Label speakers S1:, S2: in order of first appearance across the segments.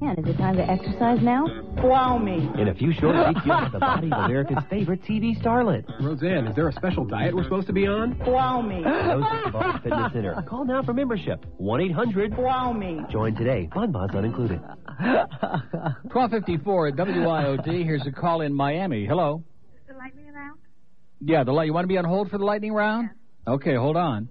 S1: And is it time to exercise now?
S2: Wow me.
S3: In a few short weeks, you'll have the body of America's favorite TV starlet.
S4: Roseanne, is there a special diet we're supposed to be on?
S2: Wow me.
S3: Rose's Bonbon Fitness Center. Call now for membership. 1-800.
S2: Wow me.
S3: Join today. Bonbons not included.
S5: 1254 at WIOD. Here's a call in Miami. Hello.
S6: The lightning round?
S5: Yeah, the light. You want to be on hold for the lightning round? Okay, hold on.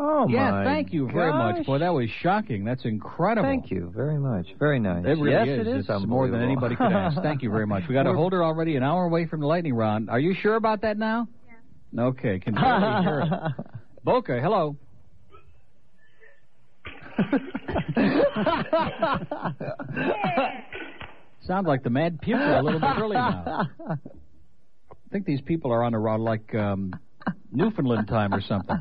S7: Oh,
S5: yeah,
S7: my
S5: thank you very much.
S7: gosh.
S5: Boy, that was shocking. That's incredible.
S7: Thank you very much. Very nice.
S5: It really
S7: yes,
S5: is.
S7: it is.
S5: It's more than
S7: unbelievable.
S5: anybody could ask. Thank you very much. We got a holder already an hour away from the lightning round. Are you sure about that now? Yeah. Okay, can barely hear it. Boca, hello. Sound like the mad pupil a little bit early now. I think these people are on around like um, Newfoundland time or something.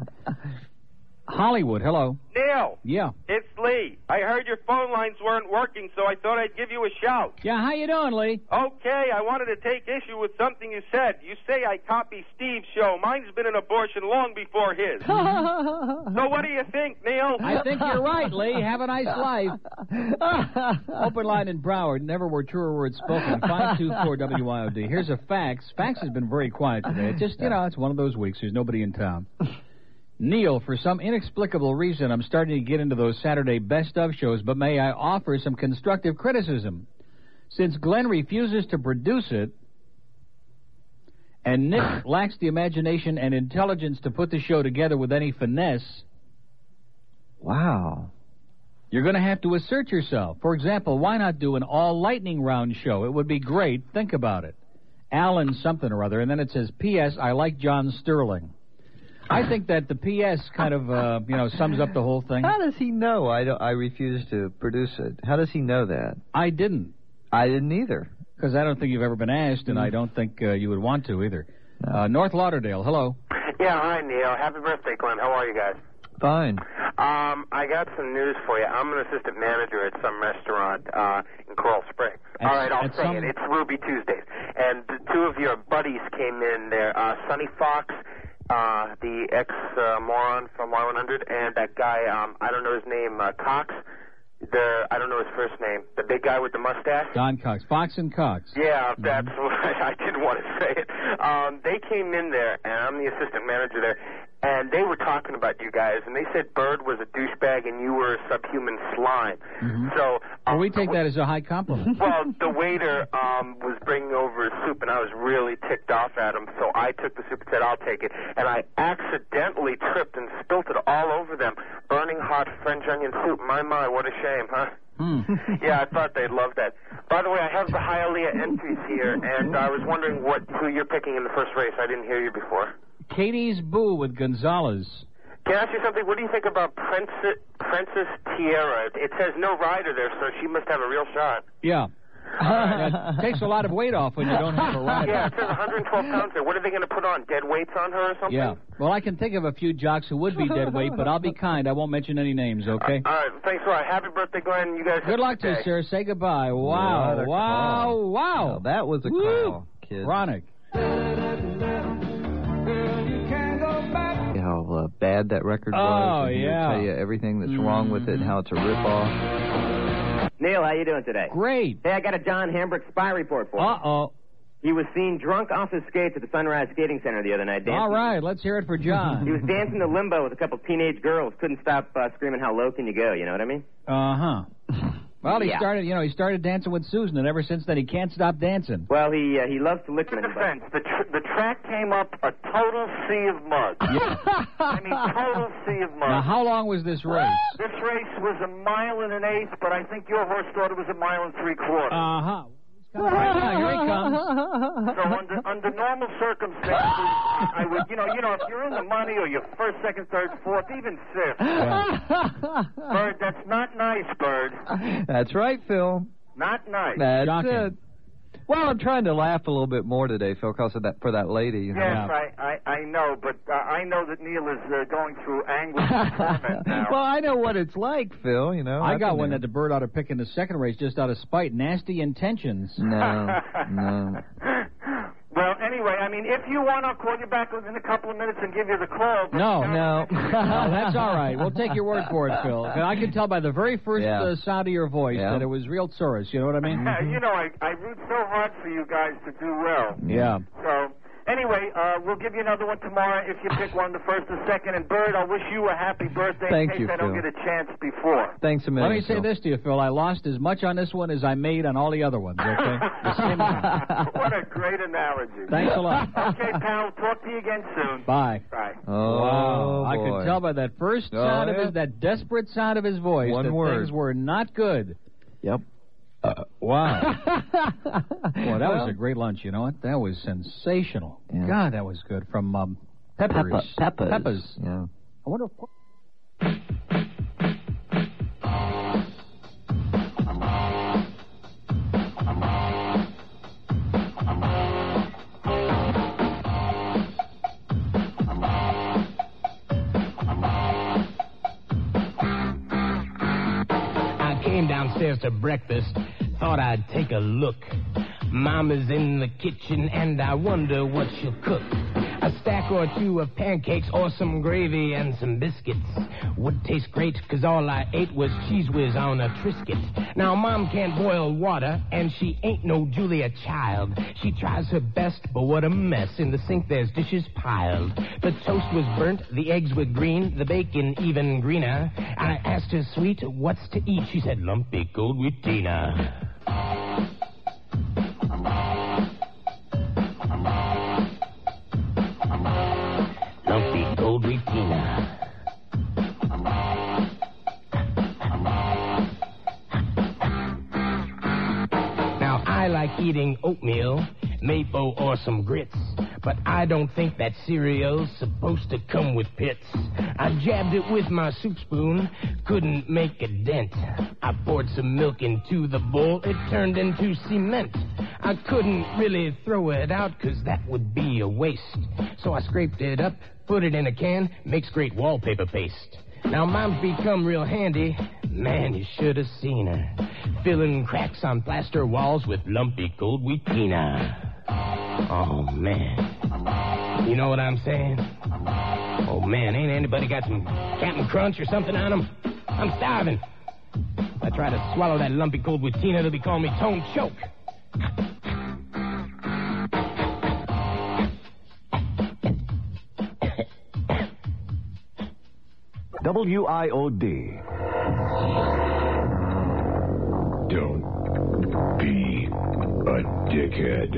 S5: Hollywood, hello.
S8: Neil,
S5: Yeah.
S8: it's Lee. I heard your phone lines weren't working, so I thought I'd give you a shout.
S5: Yeah, how you doing, Lee?
S8: Okay, I wanted to take issue with something you said. You say I copy Steve's show. Mine's been an abortion long before his. so what do you think, Neil?
S5: I think you're right, Lee. Have a nice life. Open line in Broward. Never were truer words spoken. 524 WIOD. Here's a fax. Fax has been very quiet today. It's just, you know, it's one of those weeks. There's nobody in town. Neil, for some inexplicable reason, I'm starting to get into those Saturday best of shows, but may I offer some constructive criticism? Since Glenn refuses to produce it, and Nick lacks the imagination and intelligence to put the show together with any finesse,
S7: Wow.
S5: You're going to have to assert yourself. For example, why not do an all lightning round show? It would be great. Think about it. Alan something or other. And then it says, P.S. I like John Sterling. I think that the P.S. kind of, uh, you know, sums up the whole thing.
S7: How does he know I, don't, I refuse to produce it? How does he know that?
S5: I didn't,
S7: I didn't either.
S5: because I don't think you've ever been asked, and I don't think uh, you would want to either. Uh, North Lauderdale, hello.
S8: Yeah, hi, Neil. Happy birthday, Glenn. How are you guys?
S7: Fine.
S8: Um, I got some news for you. I'm an assistant manager at some restaurant uh, in Coral Springs.
S5: At-
S8: All right, I'll
S5: at
S8: say
S5: some-
S8: it. It's Ruby Tuesdays, and the two of your buddies came in there. Uh, Sonny Fox, uh, the ex uh, moron from Y100, and that guy. Um, I don't know his name. Uh, Cox. The I don't know his first name. The big guy with the mustache.
S5: Don Cox. Fox and Cox.
S8: Yeah, that's what I didn't want to say it. Um, they came in there, and I'm the assistant manager there, and they were talking about you guys, and they said Bird was a douchebag and you were a subhuman slime.
S5: Mm-hmm.
S8: So um,
S5: Well, we take that as a high compliment.
S8: well, the waiter um, was bringing over soup, and I was really ticked off at him, so I took the soup and said, I'll take it. And I accidentally tripped and spilt it all over them, burning hot French onion soup. My, my, what a shame, huh?
S5: Hmm.
S8: yeah, I thought they'd love that. By the way, I have the Hialeah entries here, and I was wondering what who you're picking in the first race. I didn't hear you before.
S5: Katie's Boo with Gonzalez.
S8: Can I ask you something? What do you think about Princess, Princess Tiara? It says no rider there, so she must have a real shot.
S5: Yeah. It takes a lot of weight off when you don't have a rider.
S8: Yeah, it says 112 pounds there. What are they going to put on? Dead weights on her or something?
S5: Yeah. Well, I can think of a few jocks who would be dead weight, but I'll be kind. I won't mention any names, okay?
S7: Uh,
S8: All right, thanks a lot. Happy birthday, Glenn. You guys. have
S5: Good
S8: a
S5: luck to you,
S8: day.
S5: sir. Say goodbye. Wow.
S7: What a
S5: Wow.
S7: call.
S5: Wow.
S7: Now, that was a
S5: Woo.
S7: call, kid.
S5: Chronic.
S7: See How uh, bad that record
S5: Oh,
S7: was. and he would
S5: yeah. Mm-hmm.
S7: tell you everything that's wrong with it and how it's a ripoff.
S9: Neil, how you doing today?
S5: Great.
S9: Hey, I got a John Hambrick spy report for
S5: Uh
S9: you.
S5: oh.
S9: He was seen drunk off his skates at the Sunrise Skating Center the other night. Dancing.
S5: All right. Let's hear it for
S9: He
S5: John.
S9: was dancing to limbo with a couple teenage girls. Couldn't stop uh, screaming, "How low can you go?" You know what I mean?
S5: Uh huh. Well, he
S9: Yeah.
S5: started, you know, he started dancing with Susan, and ever since then, he can't stop dancing.
S9: Well, he uh, he loves to lick
S8: In
S9: them, but-
S8: defense, the tr- the track came up a total sea of mud. I mean, total sea of mud.
S5: Now, how long was this race?
S8: This race was a mile and an eighth, but I think your horse thought it was a mile and three quarters.
S5: Uh huh. Here he comes.
S8: so under under normal circumstances, I would, you know, you know, if you're in the money or you're first, second, third, fourth, even fifth, Bird, that's not nice, Bird.
S7: That's right, Phil.
S8: Not nice.
S7: That's
S5: Shocking.
S7: it. Well, I'm trying to laugh a little bit more today, Phil, because of that for that lady. you know.
S5: Yeah.
S8: Yes, I, I, I know, but uh, I know that Neil is uh, going through anguish and torment now.
S7: well, I know what it's like, Phil. You know.
S5: I
S7: I've
S5: got
S7: been
S5: one
S7: there.
S5: that the bird ought to pick in the second race just out of spite. Nasty intentions.
S7: No, no.
S8: well, anyway, anyway, I mean, if you want, I'll call you back within a couple of minutes and give you the call. but-
S5: No, no. no, that's all right. We'll take your word for it, Phil. And I can tell by the very first
S7: Yeah.
S5: uh, sound of your voice
S7: Yeah.
S5: that it was real Tsuris. You know what I mean?
S7: mm-hmm.
S8: Yeah, you know, I, I root so hard for you guys to do well.
S5: Yeah.
S8: So, anyway, uh, we'll give you another one tomorrow if you pick one, the first or second. And, Bird, I wish you a happy birthday
S7: Thank
S8: in case
S7: you,
S8: I don't
S7: Phil.
S8: get a chance before.
S7: Thanks a
S5: Let
S7: million.
S5: me say
S7: Phil.
S5: this to you, Phil. I lost as much on this one as I made on all the other ones. Okay. The same amount.
S8: what a great analogy.
S5: Thanks a lot.
S8: Okay, pal, talk to you again soon.
S5: Bye.
S8: Bye.
S7: Oh,
S5: wow, I
S7: boy.
S5: could tell by that first
S7: Oh,
S5: sound of
S7: yeah.
S5: his, that desperate sound of his voice,
S7: One
S5: that
S7: word.
S5: things were not good.
S7: Yep. Uh,
S5: Wow. Boy, that was
S7: Well-
S5: a great lunch. You know what? That was sensational.
S7: Yeah.
S5: God, that was good. From um, Peppers.
S7: Peppa, peppers.
S5: Peppers.
S7: Yeah.
S5: I wonder.
S2: I came downstairs to breakfast, thought I'd take a look. Mama's in the kitchen, and I wonder what she'll cook. A stack or two of pancakes or some gravy and some biscuits would taste great, cause all I ate was cheese whiz on a Triscuit. Now, Mom can't boil water, and she ain't no Julia child. She tries her best, but what a mess. In the sink, there's dishes piled. The toast was burnt, the eggs were green, the bacon even greener. I asked her, sweet, what's to eat? She said, lumpy gold with Tina. Lumpy gold with Tina. Now, I like eating oatmeal, mapo, or some grits, but I don't think that cereal's supposed to come with pits. I jabbed it with my soup spoon, couldn't make a dent. I poured some milk into the bowl, it turned into cement. I couldn't really throw it out, cause that would be a waste. So I scraped it up, put it in a can, makes great wallpaper paste. Now mom's become real handy. Man, you should have seen her. Filling cracks on plaster walls with lumpy gold wheat quinoa. Oh man. You know what I'm saying? Oh man, ain't anybody got some Captain Crunch or something on them? I'm starving. If I try to swallow that lumpy gold with Tina, they'll be calling me Tone Choke.
S6: WIOD. Don't be a dickhead.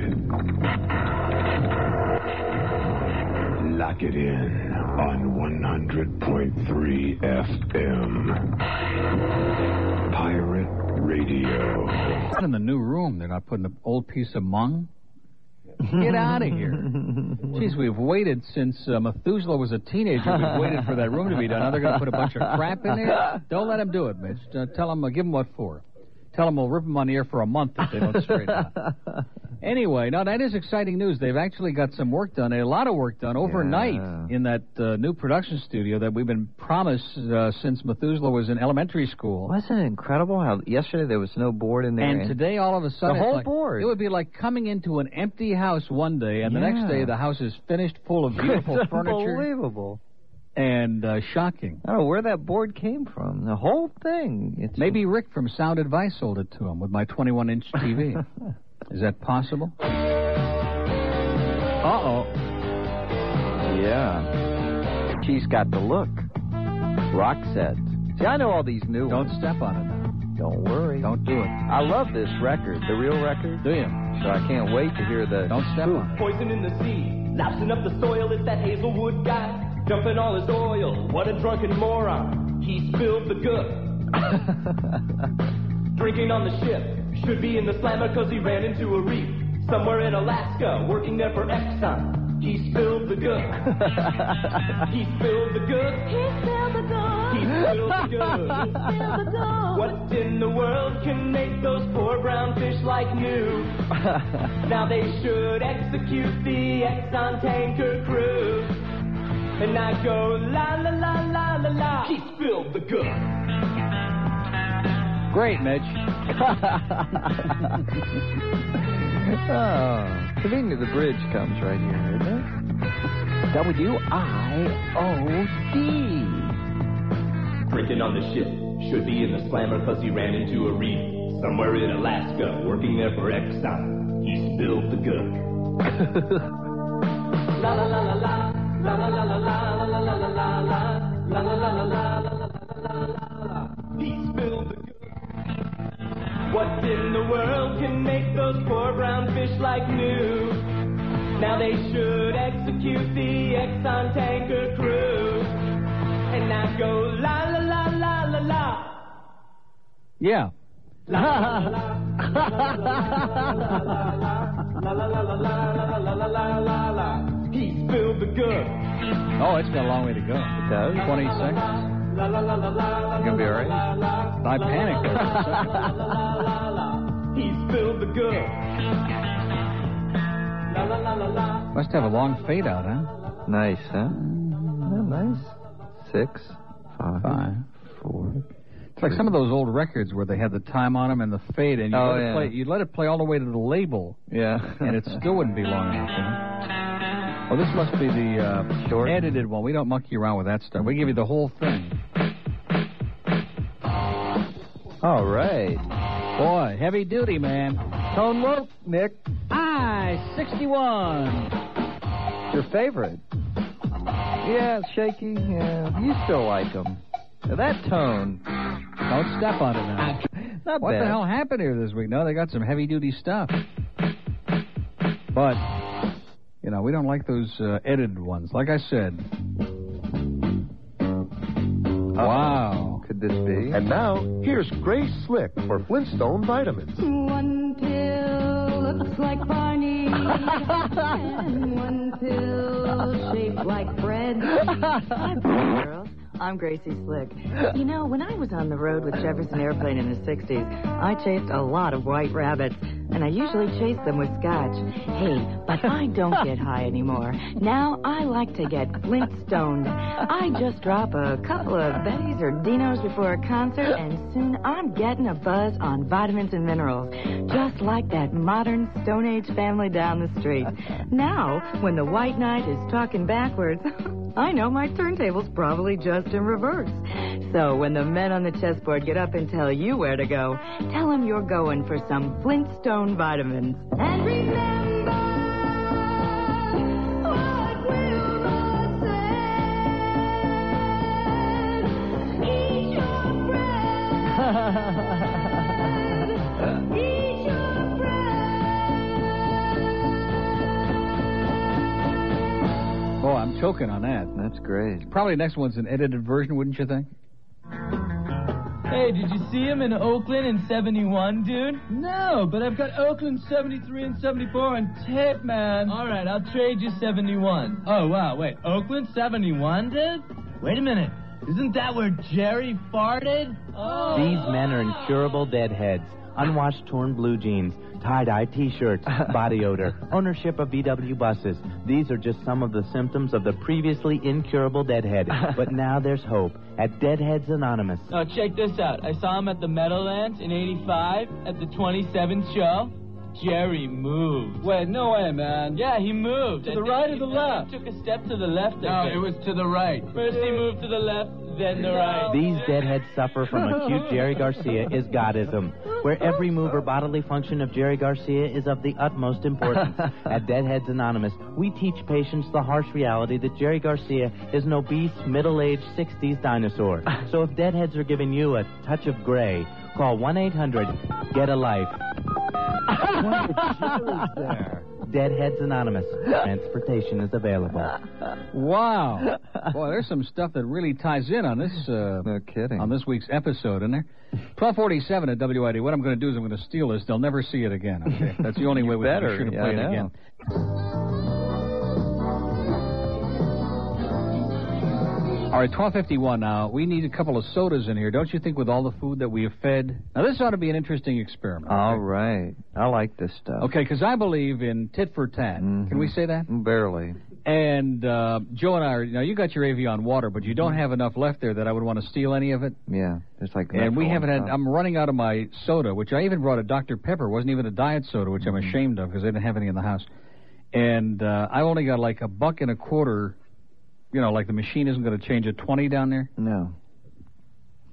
S6: Lock it in on 100.3 FM. Pirate Radio.
S5: Not in the new room. They're not putting an old piece of mung. Get out of here. Jeez, we've waited since uh, Methuselah was a teenager. We've waited for that room to be done. Now they're going to put a bunch of crap in there. Don't let them do it, Mitch. Uh, tell them, uh, give them what for. Tell them we'll rip them on the air for a month if they don't straighten out. Anyway, now that is exciting news. They've actually got some work done, a lot of work done overnight in that uh, new production studio that we've been promised uh, since Methuselah was in elementary school.
S7: Wasn't it incredible how yesterday there was no board in there?
S5: And today, all of a sudden,
S7: The
S5: it's
S7: whole
S5: like-
S7: board.
S5: It would be like coming into an empty house one day, and the next
S7: Yeah.
S5: day the house is finished, full of
S7: it's
S5: beautiful furniture,
S7: unbelievable.
S5: and uh, shocking.
S7: I don't know where that board came from. The whole thing. It's
S5: Maybe Rick from Sound Advice sold it to him with my 21-inch TV. is that possible? Uh oh.
S7: Yeah. She's got the look. Roxette. See, I know all these new
S5: Don't
S7: ones.
S5: step on it. now.
S7: Don't worry.
S5: Don't do it.
S7: I love this record, the real record.
S5: Do you?
S7: So I can't wait to hear the.
S5: Don't step on it.
S10: Poison in the sea, lobsing up the soil. It's that Hazelwood guy, dumping all his oil. What a drunken moron! He spilled the good. Drinking on the ship, should be in the slammer 'cause he ran into a reef somewhere in Alaska, working there for Exxon. He spilled the good. he spilled the good. He spilled the good. What in the world can make those poor brown fish like new? Now they should execute the Exxon tanker crew. And I go la la la la la la. He spilled the good.
S5: great, Mitch.
S7: oh, convenient the bridge comes right here, isn't it? W I O D.
S10: Freaking on the ship. Should be in the slammer because he ran into a reef somewhere in Alaska, working there for Exxon. He spilled the gook. What in the world can make those poor brown fish like new? Now they should execute the Exxon tanker crew. And I go la la la la la la.
S5: Yeah.
S10: La la la la la la la la la la la la la. He spilled the good.
S5: Oh, it's got a long way to go. It does. 20 seconds.
S10: La la la la la.
S5: You gonna be all right? I panicked there for a second.
S10: He spilled the good. La la la la la.
S5: Must have a long fade out, huh?
S7: Nice, huh? Isn't that nice? Six, five,
S5: Five.
S7: four.
S5: It's like some of those old records where they had the time on them and the fade, and you
S7: Oh,
S5: let,
S7: yeah.
S5: it play, you let it play all the way to the label,
S7: Yeah.
S5: and it still wouldn't be long enough. You know? Well, this must be the uh,
S7: Short.
S5: edited one. We don't monkey around with that stuff. We give you the whole thing.
S7: All right.
S5: Boy, heavy duty, man.
S7: Tone Wolf, Nick,
S5: I 61.
S7: your favorite. Yeah, it's shaky. Yeah, you still like them. That tone.
S5: Don't step on it now.
S7: Not
S5: What
S7: bad.
S5: the hell happened here this week? No, they got some heavy duty stuff. But, you know, we don't like those uh, edited ones. Like I said. Wow.
S7: Could this be?
S11: And now, here's Grace Slick for Flintstone Vitamins.
S1: One pill looks like Barney, and one pill shaped like bread. Hi, girls. I'm Gracie Slick. You know, when I was on the road with Jefferson Airplane in the 60s, I chased a lot of white rabbits, and I usually chased them with scotch. Hey, but I don't get high anymore. Now I like to get flintstoned. I just drop a couple of Betty's or Dino's before a concert, and soon I'm getting a buzz on vitamins and minerals, just like that modern Stone Age family down the street. Now, when the white knight is talking backwards, I know my turntable's probably just in reverse. So when the men on the chessboard get up and tell you where to go, tell them you're going for some Flintstone vitamins. And remember what Wilbur said. Eat your bread. Eat your
S5: Oh, I'm choking on that.
S7: That's great.
S5: Probably the next one's an edited version, wouldn't you think?
S10: Hey, did you see him in Oakland in 71, dude? No, but I've got Oakland 73 and 74 on tape, man. All right, I'll trade you 71. Oh, wow, wait. Oakland 71, dude? Wait a minute. Isn't that where Jerry farted? Oh.
S12: These men are incurable deadheads. Unwashed torn blue jeans, tie-dye t-shirts, body odor, ownership of VW buses. These are just some of the symptoms of the previously incurable deadhead. But now there's hope at Deadheads Anonymous.
S10: Oh, check this out. I saw him at the Meadowlands in 85 at the 27th show. Jerry moved. Wait, no way, man. Yeah, he moved. To the right or the left? Took a step to the left. No, it was to the right. First he moved to the left, then the right.
S12: These deadheads suffer from acute Jerry Garcia is godism, where every move or bodily function of Jerry Garcia is of the utmost importance. At Deadheads Anonymous, we teach patients the harsh reality that Jerry Garcia is an obese, middle aged 60s dinosaur. So if deadheads are giving you a touch of gray, call 1 800 Get a Life. Deadheads Anonymous. Transportation is available.
S5: Wow. Boy, there's some stuff that really ties in on this uh,
S7: No kidding.
S5: on this week's episode, isn't there? 1247 at WID. What I'm going to do is I'm going to steal this. They'll never see it again. Okay? That's the only way we
S7: better.
S5: are sure to
S7: Yeah,
S5: play
S7: I
S5: it
S7: know.
S5: again. All right, 1251 now. We need a couple of sodas in here, don't you think, with all the food that we have fed? Now, this ought to be an interesting experiment.
S7: All right. I like this stuff. mm-hmm.
S5: Okay, because I believe in tit for tat. Can we say that?
S7: Barely.
S5: And uh, Joe and I are, now you got your AV on water, but you don't have enough left there that I would want to steal any of it.
S7: Yeah, there's like. Uh,
S5: And we
S7: Metro
S5: haven't had,
S7: stuff.
S5: I'm running out of my soda, which I even brought a Dr. Pepper, wasn't even a diet soda, which I'm ashamed of because I didn't have any in the house. And uh, I only got like a buck and a quarter, you know, like the machine isn't going to change a 20 down there.
S7: No.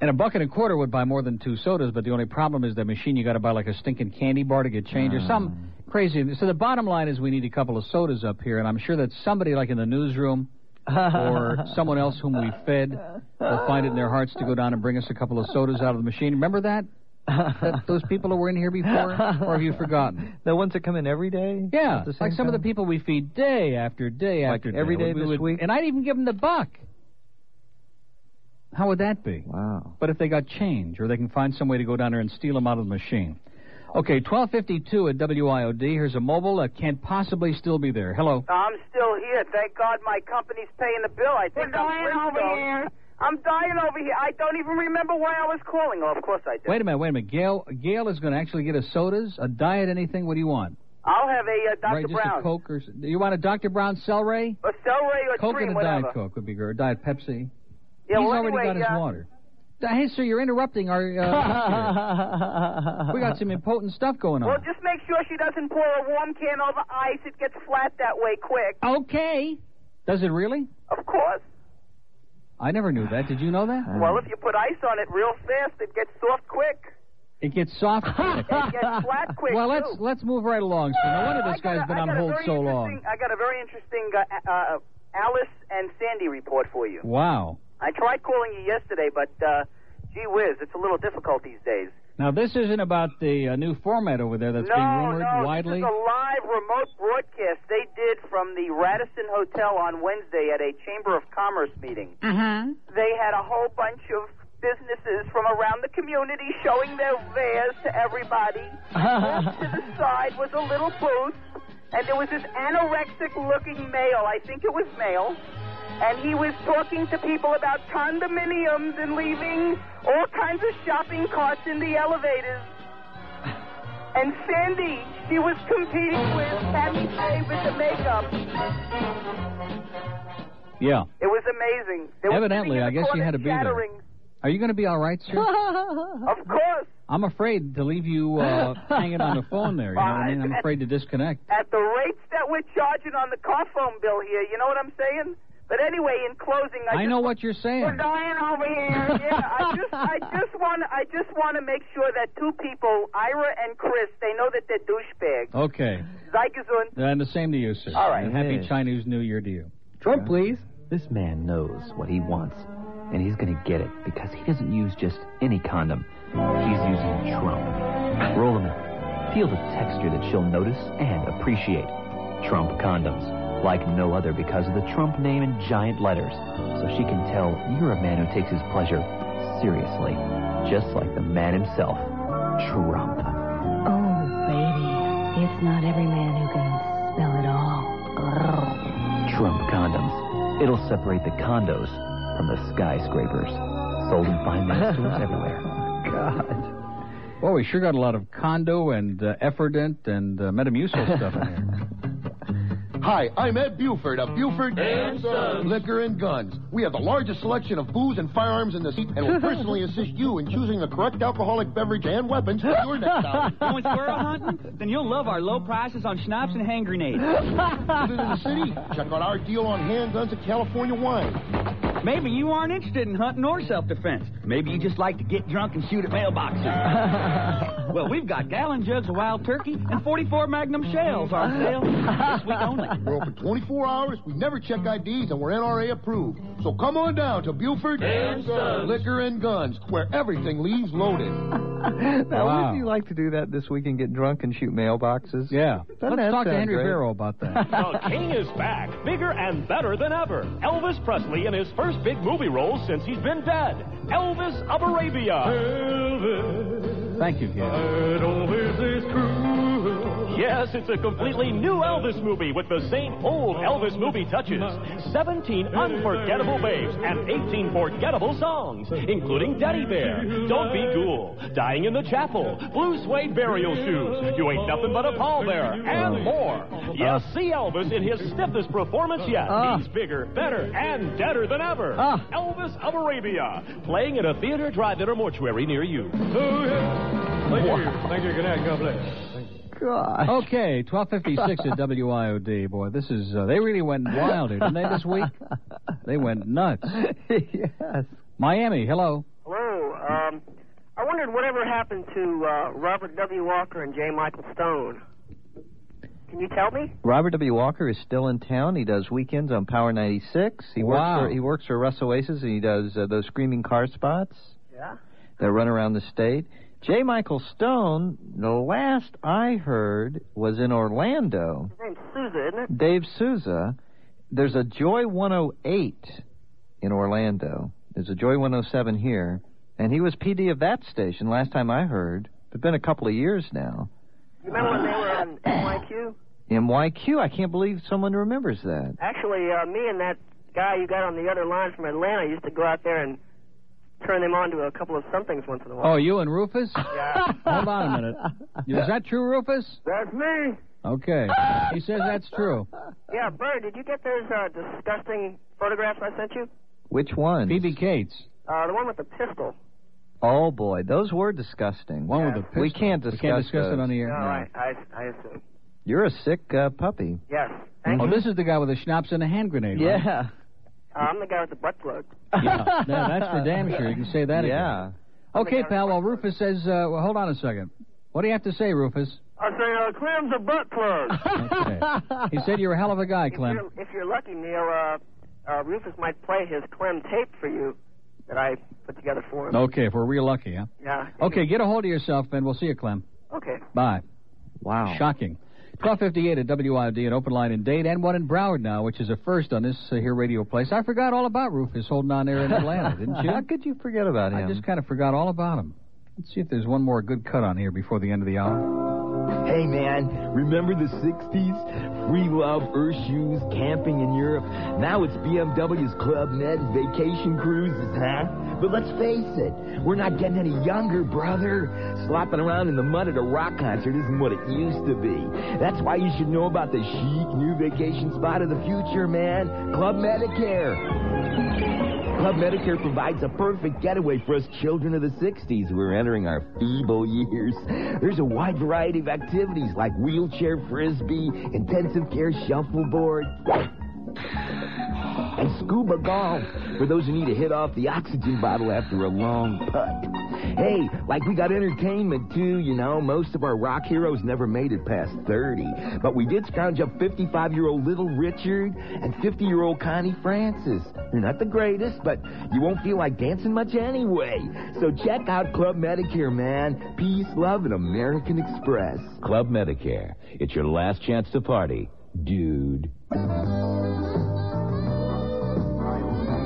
S5: And a buck and a quarter would buy more than two sodas, but the only problem is that machine you got to buy like a stinking candy bar to get change or some
S7: Mm.
S5: crazy. So the bottom line is we need a couple of sodas up here, and I'm sure that somebody like in the newsroom or someone else whom we fed will find it in their hearts to go down and bring us a couple of sodas out of the machine. Remember that? that those people who were in here before, or have you forgotten?
S7: The ones that come in every day.
S5: Yeah,
S7: At the
S5: like
S7: same
S5: some of the
S7: time?
S5: people we feed day after day
S7: Like
S5: after day.
S7: every day
S5: we
S7: this
S5: would,
S7: week?
S5: and I'd even give them the buck. How would that be?
S7: Wow.
S5: But if they got change, or they can find some way to go down there and steal them out of the machine. Okay, 1252 at WIOD. Here's a mobile that can't possibly still be there. Hello.
S13: I'm still here. Thank God my company's paying the bill. I think I'm
S14: dying over
S13: Flintstone.
S14: here.
S13: I'm dying over here. I don't even remember why I was calling. Oh, of course I did.
S5: Wait a minute, wait a minute. Gail, Gail is going to actually get a sodas, a diet, anything. What do you want?
S13: I'll have a uh, Dr.
S5: right, just a
S13: Brown.
S5: Coke or s- do you want a Dr. Brown Celery?
S13: A Celray or
S5: Coke
S13: cream,
S5: and a
S13: whatever.
S5: Diet Coke would be good. Or Diet Pepsi.
S13: Yeah,
S5: He's
S13: well,
S5: already
S13: anyway,
S5: got his
S13: uh,
S5: water. D- Hey, sir, you're interrupting our. Uh, here. we got some important stuff going
S13: Well,
S5: on.
S13: just make sure she doesn't pour a warm can over ice. It gets flat that way quick.
S5: Okay. Does it really?
S13: Of course.
S5: I never knew that. Did you know that?
S13: Well, if you put ice on it real fast, it gets soft quick.
S5: It gets soft.
S13: It gets flat quick.
S5: well,
S13: too.
S5: let's let's move right along. So no wonder this
S13: I got
S5: guy's
S13: a-
S5: been
S13: I
S5: on
S13: got a
S5: hold
S13: very
S5: so long.
S13: interesting- I got a very interesting uh, uh, Alice and Sandy report for you.
S5: Wow.
S13: I tried calling you yesterday, but uh, gee whiz, it's a little difficult these days.
S5: Now this isn't about the uh, new format over there that's
S13: no,
S5: being rumored
S13: no,
S5: widely.
S13: this is a live remote broadcast they did from the Radisson Hotel on Wednesday at a Chamber of Commerce meeting.
S14: Mm-hmm.
S13: They had a whole bunch of businesses from around the community showing their wares to everybody. Off to the side was a little booth, and there was this anorexic-looking male. I think it was male. And he was talking to people about condominiums and leaving all kinds of shopping carts in the elevators. And Sandy, she was competing with Tammy Faye with the makeup.
S5: Yeah.
S13: It was amazing. They were
S5: Evidently,
S13: sitting in
S5: I
S13: the
S5: guess you
S13: corner
S5: had to be there.
S13: chattering.
S5: Are you going to be all right, sir?
S13: of course.
S5: I'm afraid to leave you uh, hanging on the phone there. You know what I mean? I'm afraid to disconnect.
S13: At the rates that we're charging on the car phone bill here, you know what I'm saying? But anyway, in closing, I,
S5: I
S13: just,
S5: know what you're saying.
S13: dying over here. yeah, I just, I just want, I just want to make sure that two people, Ira and Chris, they know that they're douchebags.
S5: Okay.
S13: Zeigazun.
S5: And the same to you, sir.
S13: All right.
S5: And happy
S7: Yes.
S5: Chinese New Year to you.
S7: Trump, please. This man knows what he wants, and he's going to get it because he doesn't use just any condom. He's using Trump. Roll them out. Feel the texture that she'll notice and appreciate. Trump condoms, like no other because of the Trump name in giant letters, so she can tell you're a man who takes his pleasure seriously, just like the man himself, Trump.
S1: Oh, baby. It's not every man who can spell it all.
S7: Trump condoms. It'll separate the condos from the skyscrapers. Sold in fine men's stores everywhere. God.
S5: Well, we sure got a lot of condo and uh, effordent and uh, Metamucil stuff in here.
S15: Hi, I'm Ed Buford of Buford
S5: And Sons.
S15: Liquor and Guns. We have the largest selection of booze and firearms in the state and will personally assist you in choosing the correct alcoholic beverage and weapons for your next outing.
S16: Going squirrel hunting? Then you'll love our low prices on schnapps and hand grenades.
S15: Living in the city? Check out our deal on handguns and California wine.
S16: Maybe you aren't interested in hunting or self-defense. Maybe you just like to get drunk and shoot at mailboxes. well, we've got gallon jugs of wild turkey and 44 Magnum shells on sale this week only.
S15: We're open 24 hours, we never check IDs, and we're NRA approved. So come on down to Buford
S7: And Sons.
S15: Liquor and Guns, where everything leaves loaded.
S7: Now,
S15: Wow.
S7: wouldn't you like to do that this week and get drunk and shoot mailboxes?
S5: Yeah.
S7: Doesn't
S5: Let's
S7: that
S5: talk to
S7: sound
S5: Henry
S7: great?
S5: Barrow about that.
S17: the king is back, bigger and better than ever. Elvis Presley in his first big movie role since he's been dead. Elvis of Arabia.
S5: Thank you, Gail.
S17: Yes, Yes, it's a completely new Elvis movie with the same old Elvis movie touches. 17 unforgettable babes and 18 forgettable songs, including Daddy Bear, Don't Be Cool, Dying in the Chapel, Blue Suede Burial Shoes, You Ain't Nothing But a Pallbearer, and more. Yes, see Elvis in his stiffest performance yet.
S10: Ah.
S17: He's bigger, better, and deader than ever.
S10: Ah.
S17: Elvis of Arabia, playing at a theater, drive-in, or mortuary near you.
S10: Oh, Thank you. Thank you. Good night. God bless.
S5: God. Okay, 1256 at WIOD. Boy, this is, uh, they really went wilder, didn't they, this week? They went nuts. yes. Miami, hello.
S14: Hello. Um, I wondered whatever happened to uh, Robert W. Walker and J. Michael Stone. Can you tell me?
S18: Robert W. Walker is still in town. He does weekends on Power 96. He
S14: Wow.
S18: works for he works for Russ Oasis and he does uh, those screaming car spots
S14: Yeah.
S18: that run around the state. J. Michael Stone, the last I heard, was in Orlando.
S14: His name's Sousa, isn't it?
S18: Dave Souza. There's a Joy 108 in Orlando. There's a Joy 107 here, and he was PD of that station last time I heard. It's been a couple of years now.
S14: You remember when they were on NYQ?
S18: MYQ. I can't believe someone remembers that.
S14: Actually, uh, me and that guy you got on the other line from Atlanta used to go out there and turn them on to a couple of somethings once in a while.
S5: Oh, you and Rufus?
S14: Yeah.
S5: Hold on a minute. Is that true, Rufus?
S14: That's me.
S5: Okay. He says that's true.
S14: Yeah, Bird, did you get those uh, disgusting photographs I sent you?
S18: Which one?
S5: Phoebe Cates.
S14: Uh, the one with the pistol.
S18: Oh boy, those were disgusting. One
S14: with the
S18: We
S14: pistol.
S18: can't
S14: We
S18: discuss.
S14: can't discuss it
S18: those.
S5: on the
S14: No, I, I, I assume.
S18: You're a sick uh, puppy.
S14: Yes.
S5: Oh, this is the guy with the schnapps and a hand grenade. right?
S18: Yeah.
S14: Uh, I'm the guy with the butt plug.
S5: yeah. No, that's for damn sure. You can say that
S18: Yeah.
S5: again.
S14: Oh
S5: Okay, pal. Well, Rufus says, uh, well, hold on a second. What do you have to say, Rufus?
S14: I say, uh, Clem's a butt plug.
S5: He said you're a hell of a guy,
S14: if,
S5: Clem.
S14: you're, if you're lucky, Neil, uh, uh, Rufus might play his Clem tape for you that I put together for him.
S5: Okay, if we're real lucky, huh?
S14: Yeah.
S5: Okay, get a hold of yourself, and we'll see you, Clem.
S14: Okay.
S5: Bye.
S18: Wow.
S5: Shocking. 1258 at WIOD, an open line in Dade, and one in Broward now, which is a first on this uh, here radio place. I forgot all about Rufus holding on there in Atlanta, didn't you?
S18: How could you forget about him?
S5: I just kind of forgot all about him. Let's see if there's one more good cut on here before the end of the hour.
S19: Hey man, remember the 60s? Free love, earth shoes, camping in Europe. Now it's BMW's Club Meds, vacation cruises, huh? But let's face it, we're not getting any younger, brother. Slopping around in the mud at a rock concert isn't what it used to be. That's why you should know about the chic new vacation spot of the future, man. Club Medicare. Club Medicare provides a perfect getaway for us children of the 60s who are entering our feeble years. There's a wide variety of activities like wheelchair frisbee, intensive care shuffleboard, and scuba golf for those who need to hit off the oxygen bottle after a long putt. Hey, like we got entertainment too, you know. Most of our rock heroes never made it past 30. But we did scrounge up 55 year old Little Richard and 50 year old Connie Francis. They're not the greatest, but you won't feel like dancing much anyway. So check out Club Medicare, man. Peace, love, and American Express.
S20: Club Medicare. It's your last chance to party, dude.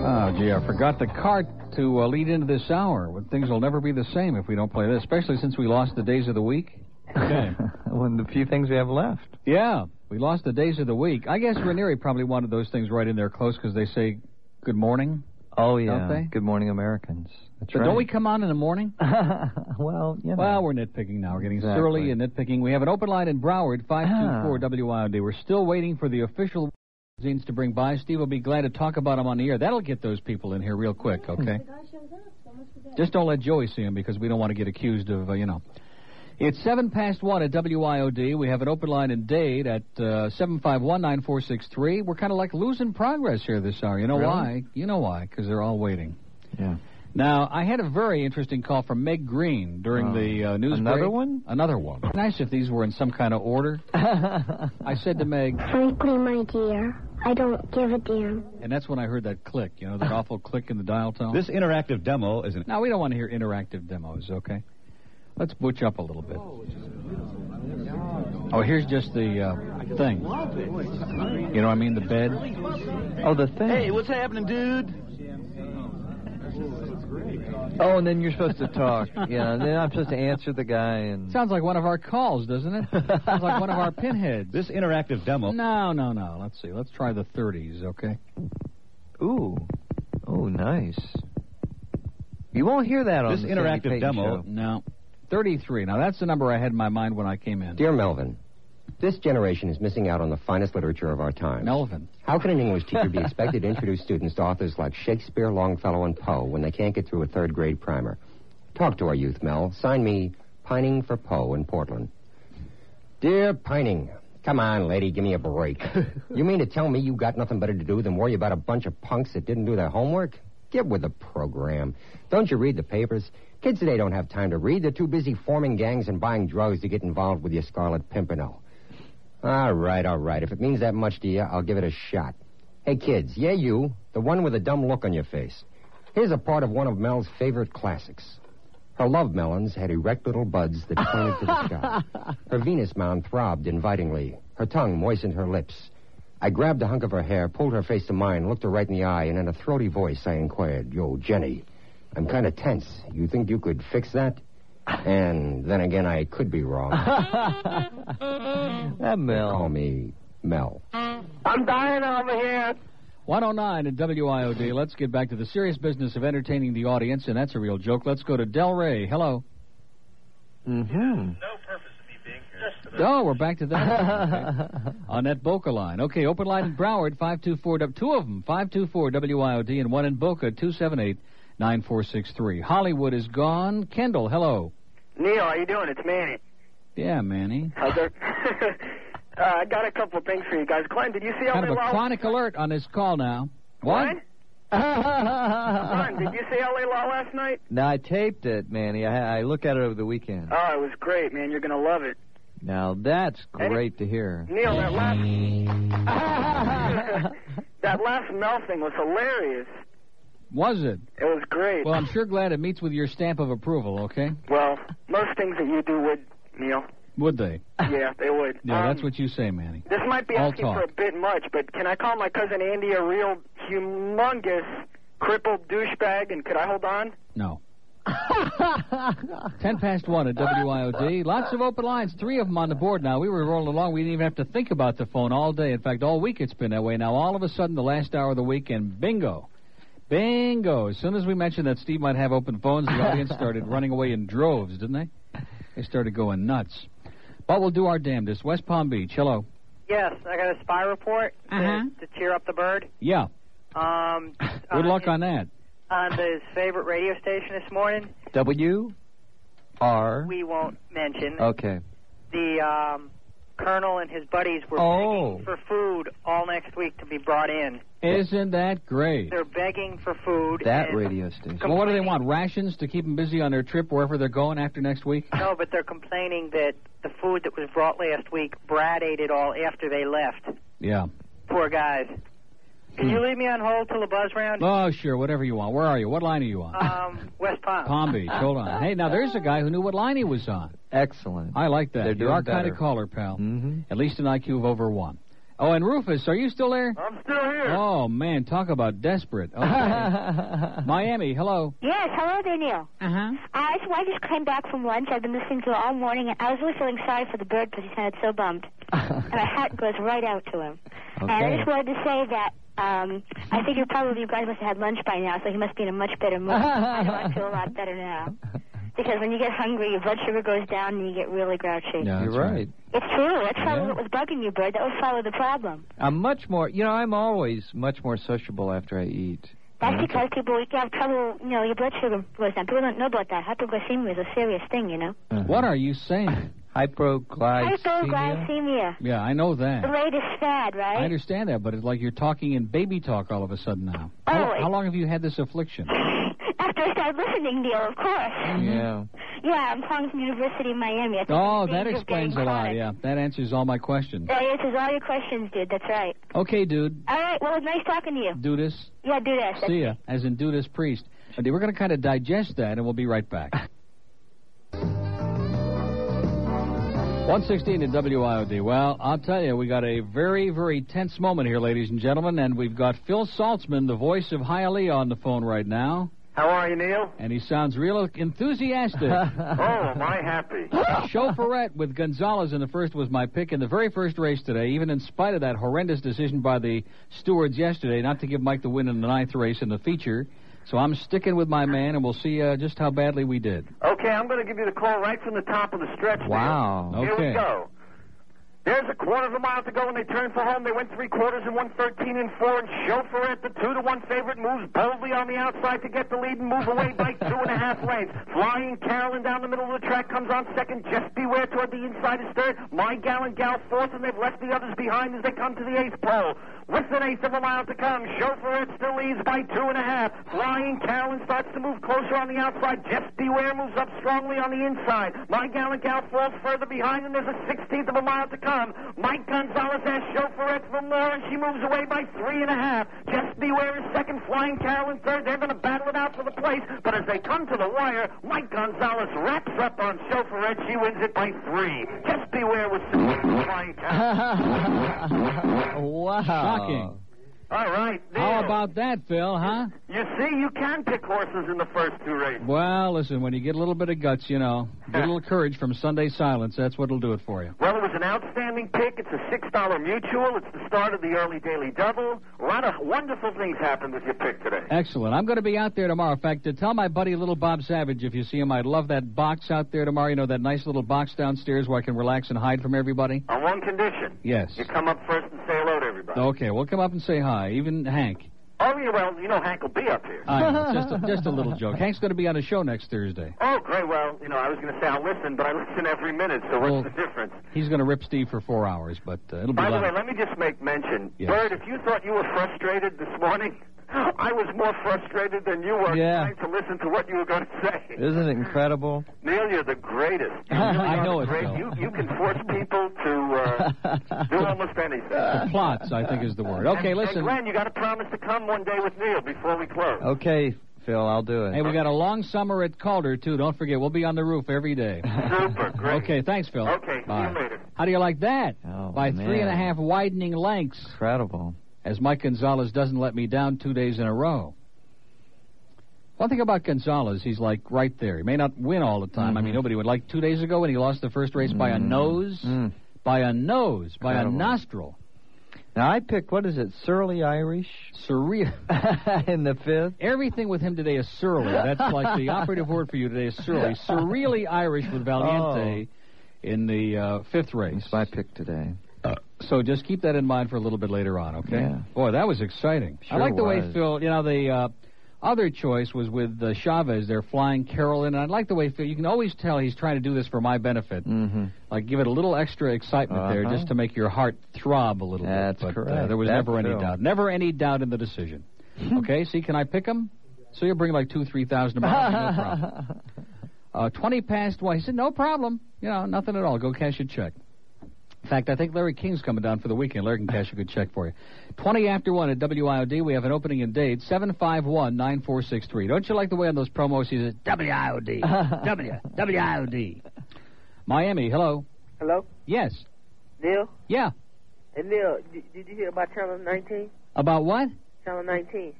S5: Oh, gee, I forgot the cart to uh, lead into this hour. When Things will never be the same if we don't play this, especially since we lost the days of the week. Okay.
S18: One of the few things we have left.
S5: Yeah, we lost the days of the week. I guess Ranieri probably wanted those things right in there close because they say good morning.
S18: Oh
S5: Don't
S18: yeah.
S5: they?
S18: Good morning, Americans. That's
S5: but
S18: right.
S5: don't we come on in the morning?
S18: well, you know.
S5: Well, we're nitpicking now. We're getting
S18: Exactly. Ah.
S5: surly and nitpicking. We have an open line in Broward, 524 WIOD. We're still waiting for the official zines to bring by. Steve will be glad to talk about them on the air. That'll get those people in here real quick, okay? Just don't let Joey see him because we don't want to get accused of, uh, you know. It's 7 past 1 at WIOD. We have an open line in Dade at uh, 7519463. We're kind of like losing progress here this hour. You know
S21: Really?
S5: why? You know why? Because they're all waiting.
S18: Yeah.
S5: Now, I had a very interesting call from Meg Green during
S21: Oh.
S5: the uh, news
S21: Another
S5: break.
S21: one?
S5: Another one. Nice if these were in some kind of order. I said to Meg,
S22: Frankly, my dear, I don't give a damn.
S5: and that's when I heard that click, you know, that awful click in the dial tone.
S23: This interactive demo is an.
S5: Now, we don't want to hear interactive demos, okay? Let's butch up a little bit. Oh, here's just the uh, thing. You know what I mean? The bed. Oh, the thing.
S23: Hey, what's happening, dude?
S18: Oh, and then you're supposed to talk. yeah, and then I'm supposed to answer the guy and.
S5: Sounds like one of our calls, doesn't it? Sounds like one of our pinheads.
S24: This interactive demo.
S5: No, no, no. Let's see. Let's try the 30s, okay?
S18: Ooh. Oh, nice. You won't hear that on
S24: This
S18: the Sandy
S24: interactive
S18: Payton
S24: demo.
S18: show.
S5: No. 33. Now, that's the number I had in my mind when I came in.
S21: Dear Melvin, this generation is missing out on the finest literature of our time.
S5: Melvin.
S21: How can an English teacher be expected to introduce students to authors like Shakespeare, Longfellow, and Poe when they can't get through a third grade primer? Talk to our youth, Mel. Sign me Pining for Poe in Portland. Dear Pining, come on, lady, give me a break. you mean to tell me you got nothing better to do than worry about a bunch of punks that didn't do their homework? Get with the program. Don't you read the papers? Kids today don't have time to read. They're too busy forming gangs and buying drugs to get involved with your Scarlet Pimpernel. All right, all right. If it means that much to you, I'll give it a shot. Hey, kids. Yeah, you. The one with the dumb look on your face. Here's a part of one of Mel's favorite classics. Her love melons had erect little buds that pointed to the sky. Her Venus mound throbbed invitingly. Her tongue moistened her lips. I grabbed a hunk of her hair, pulled her face to mine, looked her right in the eye, and in a throaty voice I inquired, Yo, Jenny, I'm kind of tense. You think you could fix that? And then again, I could be wrong.
S18: that Mel.
S21: Call me Mel.
S5: I'm dying over here. 109 at WIOD. Let's get back to the serious business of entertaining the audience, and that's a real joke. Let's go to Del Rey. Hello.
S18: Mm-hmm.
S5: Oh, we're back to that. Okay. On that Boca line. Okay, open line in Broward, 524, W- two of them, 524 WIOD, and one in Boca, 278 9463. Hollywood is gone. Kendall, hello.
S8: Neil, how you doing? It's Manny.
S5: Yeah, Manny.
S8: How's there? uh, I got a couple of things for you guys. Glenn, did you see
S5: Kind
S8: Ellie
S5: of a
S8: Lawless?
S5: chronic alert on this call now.
S8: What? Glenn, did you see L.A. Law last night?
S18: Now I taped it, Manny. I, I look at it over the weekend.
S8: Oh, it was great, man. You're gonna love it.
S18: Now that's great to hear.
S8: Neil, that last that last Mel thing was hilarious.
S5: Was it?
S8: It was great.
S5: Well, I'm sure glad it meets with your stamp of approval, okay?
S8: Well, most things that you do would, Neil.
S5: Would they?
S8: Yeah, they would.
S5: Yeah,
S8: Um,
S5: that's what you say, Manny.
S8: This might be
S5: All
S8: asking
S5: talk.
S8: for a bit much, but can I call my cousin Andy a real humongous crippled douchebag? And could I hold on?
S5: No. 10 past 1 at WIOD. Lots of open lines, three of them on the board now. We were rolling along. We didn't even have to think about the phone all day. In fact, all week it's been that way. Now, all of a sudden, the last hour of the weekend, bingo. Bingo. As soon as we mentioned that Steve might have open phones, the audience started running away in droves, didn't they? They started going nuts. But we'll do our damnedest. West Palm Beach, hello.
S3: Yes, I got a spy report to, to cheer up the bird.
S5: Yeah,
S3: Um,
S5: good
S18: Uh,
S14: uh,
S5: luck on that.
S3: on his favorite radio station this morning,
S18: W R.
S3: we won't mention
S18: Okay.
S3: the um, colonel and his buddies were
S18: Oh.
S3: begging for food all next week to be brought in.
S5: Isn't that great?
S3: They're begging for food. and,
S18: radio station.
S5: Well, what do they want? Rations to keep them busy on their trip wherever they're going after next week?
S3: No, but they're complaining that the food that was brought last week, Brad ate it all after they left.
S5: Yeah.
S3: Poor guys.
S5: Hmm.
S3: Can you leave me on hold till the buzz round?
S5: Oh, sure, whatever you want. Where are you? What line are you on?
S3: Um, West Palm.
S5: Palm Beach. Hold on. Hey, now there's a guy who knew what line he was on.
S18: Excellent.
S5: I like that.
S18: They're
S5: You're our
S18: doing
S5: kind of
S18: better.
S5: caller, pal.
S18: Mm-hmm.
S5: At least an IQ of over one. Oh, and Rufus, are you still there?
S3: I'm still here.
S5: Oh man, talk about desperate. Okay. Miami, hello.
S25: Yes, hello there, Neil.
S5: Uh
S18: Uh-huh.
S5: huh.
S25: I, so I just came back from lunch. I've been listening to it all morning, and I was really feeling sorry for the bird because he sounded so bummed. and my hat goes right out to him. And I
S26: Okay.
S25: just wanted to say that um, I figure probably you guys must have had lunch by now, so he must be in a much better mood. I know I feel a lot better now. Because when you get hungry, your blood sugar goes down and you get really grouchy.
S18: You're right.
S25: It's true. That's probably
S18: Yeah.
S25: what was bugging you, Bird. That was probably the problem.
S18: I'm much more. You know, I'm always much more sociable after I eat.
S25: That's
S5: Mm-hmm.
S18: Yeah.
S25: because people you have trouble, you know, your blood sugar goes down. People don't know about that. Hypoglycemia is a serious thing, you know.
S5: What are you saying?
S18: Uh-huh. Hypoglycemia.
S25: Hypoglycemia.
S5: Yeah, I know
S25: The
S5: that.
S25: latest fad,
S5: I
S25: right?
S5: understand that, but it's like you're talking in baby talk all of a sudden now.
S25: Oh, Mm-hmm.
S5: How,
S25: it-
S5: how long have you had this affliction?
S25: After I started listening, Neil, of course.
S5: Yeah.
S25: Yeah, I'm calling from University of Miami. I think
S5: Oh,
S25: the
S5: that
S25: danger of
S5: explains a
S25: getting
S5: lot.
S25: chronic.
S5: Yeah, that answers all my questions.
S25: That answers all your questions, dude. That's right.
S5: Okay, dude,
S25: All right. Well, it was nice talking to you.
S5: do this.
S25: Yeah, do this.
S5: See ya, as in do this priest. Okay, We're going to kind of digest that, and we'll be right back. 116 at WIOD. Well, I'll tell you, we got a very, very tense moment here, ladies and gentlemen, and we've got Phil Saltzman, the voice of Hialeah, on the phone right now.
S3: How are you, Neil?
S5: And he sounds real enthusiastic. oh,
S3: am I happy?
S5: Chauffeurette with Gonzalez in the first was my pick in the very first race today, even in spite of that horrendous decision by the stewards yesterday not to give Mike the win in the ninth race in the feature. So I'm sticking with my man, and we'll see uh, just how badly we did.
S3: Okay, I'm going to give you the call right from the top of the stretch. Neil.
S5: Wow.
S3: Here we
S5: Okay.
S3: go. There's a quarter of a mile to go, and they turn for home. They went three quarters and one thirteen and four, and Chauffeur at the two to one favorite moves boldly on the outside to get the lead and move away by two and a half lengths. Flying Carolyn down the middle of the track comes on second. Just beware toward the inside is third. My gal and gal fourth, and they've left the others behind as they come to the eighth pole. With an eighth of a mile to come, Chauffeur still leads by two and a half. Flying Carolyn starts to move closer on the outside. Just beware moves up strongly on the inside. My gal and gal falls further behind, and there's a sixteenth of a mile to come. Mike Gonzalez has Chauffeurette for more, and she moves away by three and a half. Just beware is second, Flying Carolyn third. They're going to battle it out for the place, but as they come to the wire, Mike Gonzalez wraps up on Chauffeurette. She wins it by three. Just beware was Flying Carolyn.
S18: wow.
S5: Shocking.
S3: All right,
S5: How about that, Phil, huh?
S3: You see, you can pick horses in the first two races.
S5: Well, listen, when you get a little bit of guts, you know, get a little courage from Sunday silence, that's what'll do it for you.
S3: Well, it was an outstanding pick. It's a six dollar mutual. It's the start of the early daily double. A lot of wonderful things happened with your pick today.
S5: Excellent. I'm going to be out there tomorrow. In fact, uh, tell my buddy Little Bob Savage if you see him. I love that box out there tomorrow. You know, that nice little box downstairs where I can relax and hide from everybody?
S3: On one condition.
S5: Yes.
S3: You come up first and say hello to everybody.
S5: Okay, well, come up and say hi. Even Hank.
S3: Oh, yeah, well, you know Hank will be up here.
S5: I know, just, a, just a little joke. Hank's going to be on a show next Thursday.
S3: Oh, great. Well, you know, I was going to say I'll listen, but I listen every minute, so what's
S5: Well,
S3: the difference?
S5: He's going to rip Steve for four hours, but uh, it'll be
S3: By the way,
S5: lovely.
S3: let me just make mention.
S5: Yes.
S3: Bird, if you thought you were frustrated this morning, I was more frustrated than you were
S18: Yeah.
S3: trying to listen to what you were going to say.
S18: Isn't it incredible?
S3: Neil, you're the greatest. You really
S18: I
S3: are
S18: know
S3: the
S18: it,
S3: great-
S18: Phil.
S3: You, you can force people to uh, do almost anything.
S5: Plots, I think, is the word.
S3: Uh, And-
S5: Okay,
S3: And
S5: listen.
S3: Glenn, you got to promise to come one day with Neil before we close.
S5: Okay, Phil, I'll do it. Hey, we got a long summer at Calder, too. Don't forget, we'll be on the roof every day.
S3: Super, great.
S5: Okay, thanks, Phil.
S3: Okay,
S5: Bye.
S3: see you later.
S5: How do you like that?
S18: Oh,
S5: By three
S3: man.
S5: and a half widening lengths. Incredible. As Mike Gonzalez doesn't let me down two days in a row. One thing about Gonzalez, he's like right there. He may not win all the time. I
S18: Mm-hmm.
S5: mean, nobody would. Like two days ago when he lost the first race by a nose, by a nose, by a
S18: Mm. Incredible.
S5: nostril.
S18: Now I picked what is it, Surly Irish?
S5: Surreal.
S18: In the fifth.
S5: Everything with him today is surly. That's like the operative word for you today is surly. Surreally Irish with Valiente in the uh, fifth race. That's
S18: Oh. my pick today.
S5: So just keep that in mind for a little bit later on, okay?
S18: Yeah.
S5: Boy, that was exciting. I
S18: Sure
S5: like the way
S18: was.
S5: Phil, you know, the uh, other choice was with uh, Chavez. They're flying Carolyn. And I like the way Phil, you can always tell he's trying to do this for my benefit.
S18: Mm-hmm.
S5: Like give it a little extra excitement there
S18: Uh-huh.
S5: just to make your heart throb a little
S18: That's
S5: bit. But, uh,
S18: correct.
S5: there was
S18: That's
S5: never any
S18: Phil.
S5: doubt. Never any doubt in the decision. okay, see, can I pick him? So you'll bring like two, three thousand tomorrow. no problem. Uh, Twenty past one. He said, "No problem. You know, nothing at all. Go cash your check." In fact, I think Larry King's coming down for the weekend. Larry can cash a good check for you. Twenty after one at WIOD. We have an opening in date seven five one nine four six three. Don't you like the way on those promos he says WIOD, W WIOD, Miami. Hello.
S4: Hello,
S5: Yes.
S4: Neil.
S5: Yeah.
S4: Hey Neil, did, did you hear about Channel 19?
S5: About what?
S4: Channel 19.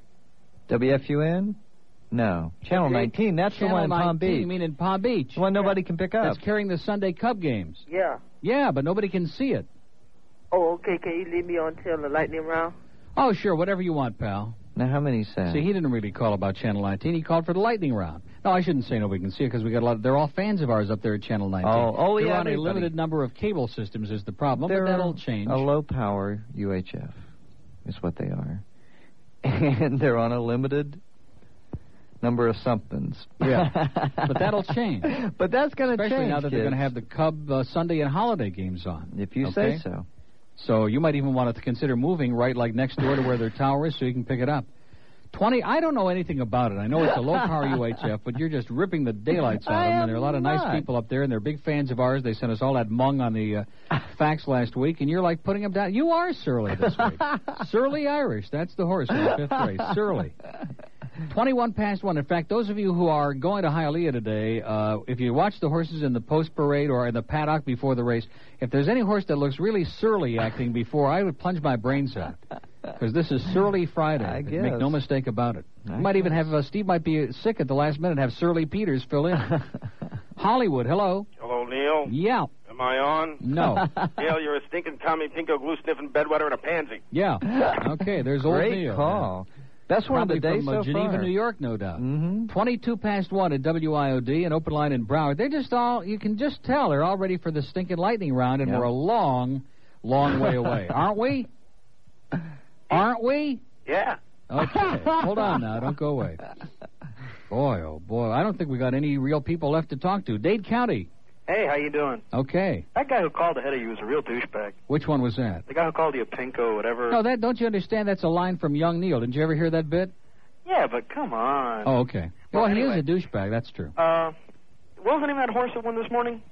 S18: WFUN? No. Channel 19. That's the
S5: Channel
S18: one in Palm
S5: 19,
S18: Beach.
S5: You mean in Palm Beach?
S18: The one nobody can pick up.
S5: That's carrying the Sunday Cub games.
S4: Yeah.
S5: Yeah, but nobody can see it.
S4: Oh, okay. Can you leave me on till the lightning round?
S5: Oh, sure, whatever you want, pal.
S18: Now, how many said?
S5: See, he didn't really call about Channel 19. He called for the lightning round. No, I shouldn't say nobody can see it because we got a lot. Of, they're all fans of ours up there at Channel 19.
S18: Oh, oh,
S5: they're
S18: yeah,
S5: on a
S18: everybody.
S5: limited number of cable systems is the problem,
S18: They're
S5: but that'll change.
S18: A low power UHF is what they are. And they're on a limited number of somethings.
S5: Yeah. but that'll change.
S18: But that's going to change.
S5: Especially now that they're
S18: kids.
S5: going to have the Cub uh, Sunday and holiday games on.
S18: If you say
S5: okay?
S18: so.
S5: So you might even want to consider moving right like next door to where their tower is so you can pick it up. 20, I don't know anything about it. I know it's a low power UHF, but you're just ripping the daylights out
S18: I
S5: of them.
S18: am
S5: And there are a lot of
S18: not.
S5: nice people up there, and they're big fans of ours. They sent us all that mung on the uh, fax last week, and you're like putting them down. You are surly this week. surly Irish. That's the horse in the fifth race. Surly. 21 past 1. In fact, those of you who are going to Hialeah today, uh, if you watch the horses in the post parade or in the paddock before the race, if there's any horse that looks really surly acting before, I would plunge my brains out. Because this is Surly Friday.
S18: guess.
S5: Make no mistake about it. Might even have uh, Steve might be sick at the last minute. and Have Surly Peters fill in. Hollywood, hello.
S27: Hello, Neil.
S5: Yeah,
S27: Am I on?
S5: No.
S27: Neil, you're a stinking Tommy Pinko glue sniffing bedwetter and a pansy.
S5: yeah. Okay, there's
S27: Great
S5: old Neil.
S27: call.
S18: Best
S27: one of the
S5: Probably
S27: day
S5: from, uh,
S27: so
S5: Geneva,
S27: far.
S5: New York, no doubt. Mm-hmm. Twenty-two past one at WIOD, an open line in Broward. They're just all you can just tell they're all ready for the stinking lightning round, and we're a long, long way away, aren't we? Aren't we?
S27: Yeah.
S5: Okay, hold on now. Don't go away. Boy, oh boy, I don't think we got any real people left to talk to. Dade County.
S8: Hey, how you doing?
S5: Okay,
S8: That guy who called ahead of you was a real douchebag.
S5: which one was that?
S8: The guy who called you a pinko, whatever.
S5: No, that don't you understand? That's a line from Young Neil. Didn't you ever hear that bit?
S8: Yeah, but come on.
S5: Oh, okay. Well, he is a douchebag. That's true.
S8: Uh, what was the name of that horse that won this morning?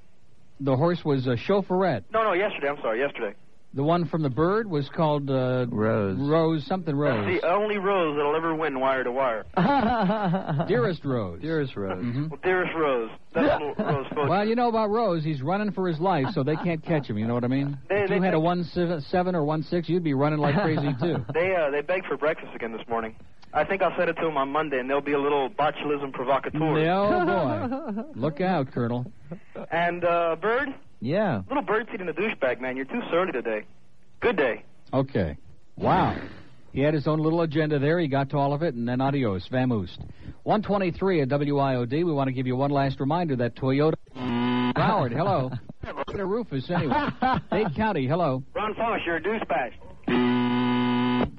S5: The horse was a chauffeurette.
S8: No, no, yesterday. I'm sorry, yesterday.
S5: The one from the bird was called uh, Rose. Rose, something Rose.
S8: That's the only rose that'll ever win wire to wire.
S5: Dearest Rose. Dearest Rose.
S8: uh, Well, dearest Rose, that's little Rose. Folks.
S5: Well, you know about Rose. He's running for his life, so they can't catch him. You know what I mean?
S8: They-
S5: if
S8: they
S5: you had a
S8: think-
S5: one seven, seven or one six, you'd be running like crazy too.
S8: They uh, they begged for breakfast again this morning. I think I'll send it to them on Monday, and they'll be a little botulism provocateur.
S5: No Oh, boy, look out, Colonel.
S8: And uh, Bird,
S5: Yeah.
S8: little bird seed in the douchebag, man. You're too surly today. Good day.
S5: Okay. Wow. He had his own little agenda there. He got to all of it, and then adios, vamoosed. 123 at WIOD. We want to give you one last reminder that Toyota. Howard, hello. Peter Rufus, anyway. Dade County, hello.
S8: Ron Foss, you're a douchebag.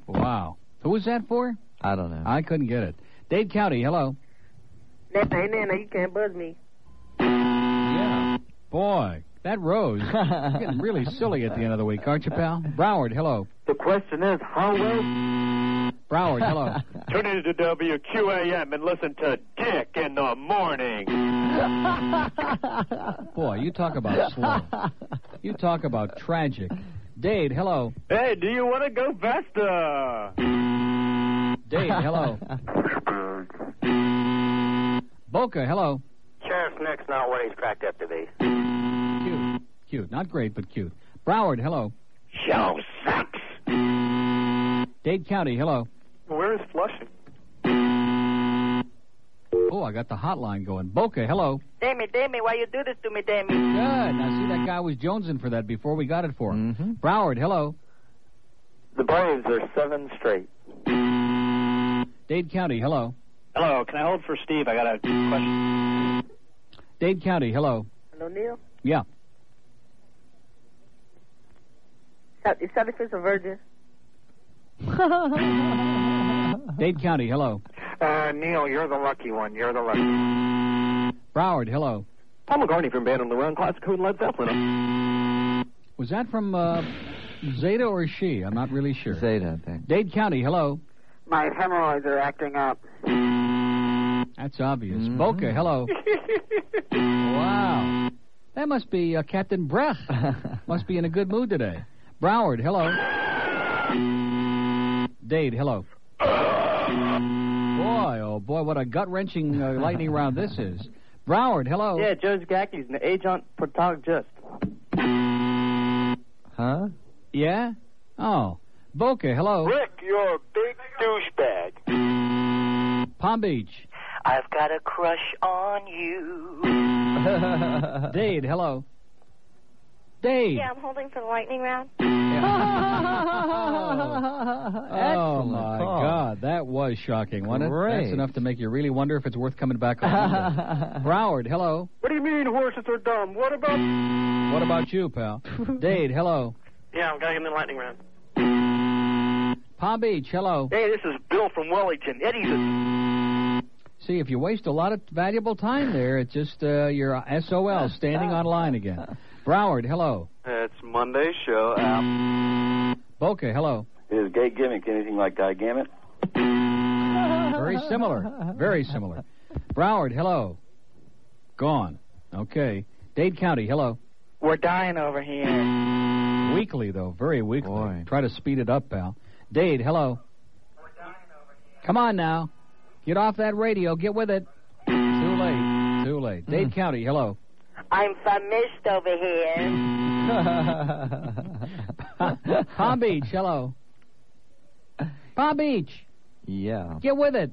S5: Wow. Who was that for? I don't know. I couldn't get it. Dade County, hello.
S13: That ain't Nana, you can't buzz me.
S5: Yeah. Boy, that rose. You're getting really silly at the end of the week, aren't you, pal? Broward, hello.
S8: The question is, how
S5: well? Broward, hello.
S3: Tune into WQAM and listen to Dick in the morning.
S5: Boy, you talk about slow. You talk about tragic. Dade, hello.
S3: Hey, do you want to go faster?
S5: Dade, hello. Boca, hello.
S28: Sheriff's neck's not what he's cracked up to be.
S5: Cute. Cute. Not great, but cute. Broward, hello.
S28: Show
S5: sucks. Dade County, hello.
S8: Where is Flushing?
S5: Oh, I got the hotline going. Boca, hello.
S13: Dammy, Dammy, why you do this to me, Dammy?
S5: Good. Now, see, that guy was jonesing for that before we got it for him. Broward, hello.
S8: The Braves are seven straight.
S5: Dade County, hello.
S8: Hello, can I hold for Steve? I got a question.
S5: Dade County, hello.
S13: Hello, Neil.
S5: Yeah.
S13: Sa- Is Satisface a virgin?
S5: Dade County, hello.
S8: Uh, Neil, you're the lucky one. You're the lucky
S5: Broward, hello.
S8: Paul McCartney from Band on the Run, Classic Who and Led
S5: Mm.
S8: Zeppelin.
S5: Was that from uh, Zeta or she? I'm not really sure. Zeta, I think. Dade County, hello.
S8: My hemorrhoids are acting up.
S5: That's obvious. Boca, hello. wow. That must be uh, Captain Breath. must be in a good mood today. Broward, hello. Dade, hello. Boy, oh boy, what a gut wrenching uh, lightning round this is. Broward, hello.
S8: Yeah, Joe Zagacki's an agent protagonist.
S5: Huh? Yeah? Oh. Boca, hello.
S8: Rick, you're a big douchebag.
S5: Palm Beach.
S8: I've got a crush on you.
S5: Dade, hello. Dade.
S29: Yeah, I'm holding for the lightning round.
S5: Oh my God, that was shocking, wasn't it?
S8: Great.
S5: That's enough to make you really wonder if it's worth coming back on. Monday. Broward, hello.
S8: What do you mean horses are dumb? What about?
S5: What about you, pal? Dade, hello.
S8: Yeah, I'm going in the lightning round.
S5: Palm Beach, hello.
S8: Hey, this is Bill from Wellington. Eddie's
S30: Mm.
S8: a...
S5: See, if you waste a lot of valuable time there, it's just uh, your SOL standing on line again. Broward, hello.
S30: It's Monday show.
S8: Mm.
S30: Um,
S5: Boca, hello.
S30: is gay gimmick anything like guy gamut?
S5: Very similar. Very similar. Broward, hello. Gone. Okay. Dade County, hello.
S8: We're dying over here.
S5: Weekly, though, very weekly. Try to speed it up, pal. Dade, hello. Come on now. Get off that radio. Get with it. Too late. Too late.
S18: Hmm.
S5: Dade County, hello.
S8: I'm famished over here.
S5: Palm Beach, hello. Palm Beach,
S18: Yeah. Oh.
S5: get with it.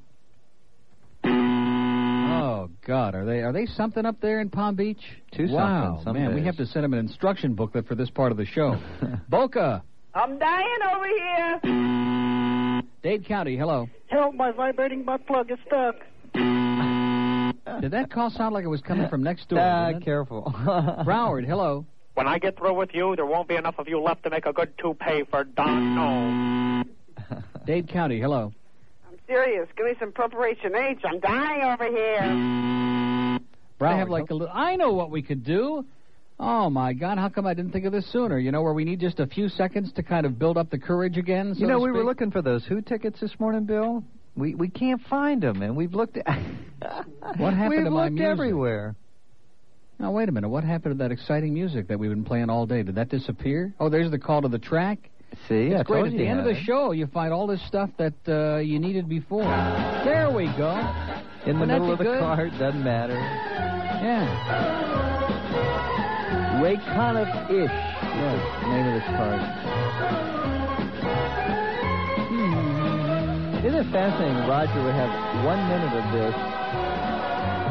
S5: Oh God, are they are they something up there in Palm Beach?
S18: Two
S5: wow,
S18: something, some
S5: man, we
S18: days.
S5: have to send them an instruction booklet for this part of the show. Boca,
S1: I'm dying over here.
S5: Dade County, hello.
S1: Help, my vibrating butt plug is stuck.
S5: Did that call sound like it was coming from next door?
S18: Ah,
S5: didn't it?
S18: careful.
S5: Broward, hello.
S11: When I get through with you, there won't be enough of you left to make a good two pay for Don No.
S5: Dade County, hello.
S1: I'm serious. Give me some preparation H. I'm dying over here.
S5: Broward, I have like a little. I know what we could do. Oh my God! How come I didn't think of this sooner? You know where we need just a few seconds to kind of build up the courage again. So
S18: you know,
S5: to
S18: we were
S5: speak?
S18: looking for those Who tickets this morning, Bill. We we can't find them, and we've looked. At,
S5: What happened
S18: we've
S5: to my
S18: looked
S5: music?
S18: everywhere.
S5: Now wait a minute. What happened to that exciting music that we've been playing all day? Did that disappear? Oh, there's the call to the track.
S18: See,
S5: it's
S18: I
S5: great.
S18: told
S5: At
S18: you
S5: the
S18: you
S5: end of
S18: had
S5: the
S18: it.
S5: show, Oh, you find all this stuff that uh, you needed before. There we go.
S18: In the
S5: Wouldn't that
S18: middle
S5: be
S18: of the
S5: good?
S18: car, it doesn't matter.
S5: Yeah.
S18: Wakonic ish. Yeah, name of this card.
S5: Hmm.
S18: Isn't it fascinating? Roger would have one minute of this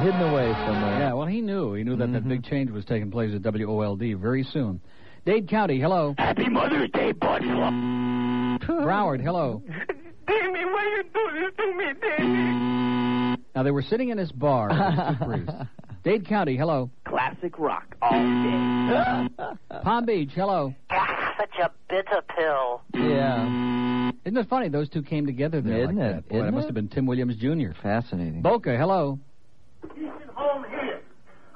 S18: hidden away somewhere. Mm-hmm.
S5: Yeah. Well, he knew. He knew that that big change was taking place at WOLD very soon. Dade County, hello. Happy Mother's Day, bud. Broward, hello.
S10: Dammy, why you do this to me, Dammy?
S5: Now they were sitting in this bar. with two priests. Dade County, hello.
S10: Classic rock all day.
S5: Palm Beach, hello.
S10: Such a bitter pill.
S18: Yeah.
S5: Isn't it funny? Those two came together there
S18: Isn't
S5: like
S18: it?
S5: that. Boy,
S18: Isn't
S5: that must
S18: it?
S5: have been Tim Williams Jr.
S18: Fascinating.
S5: Boca, hello.
S10: Decent home here.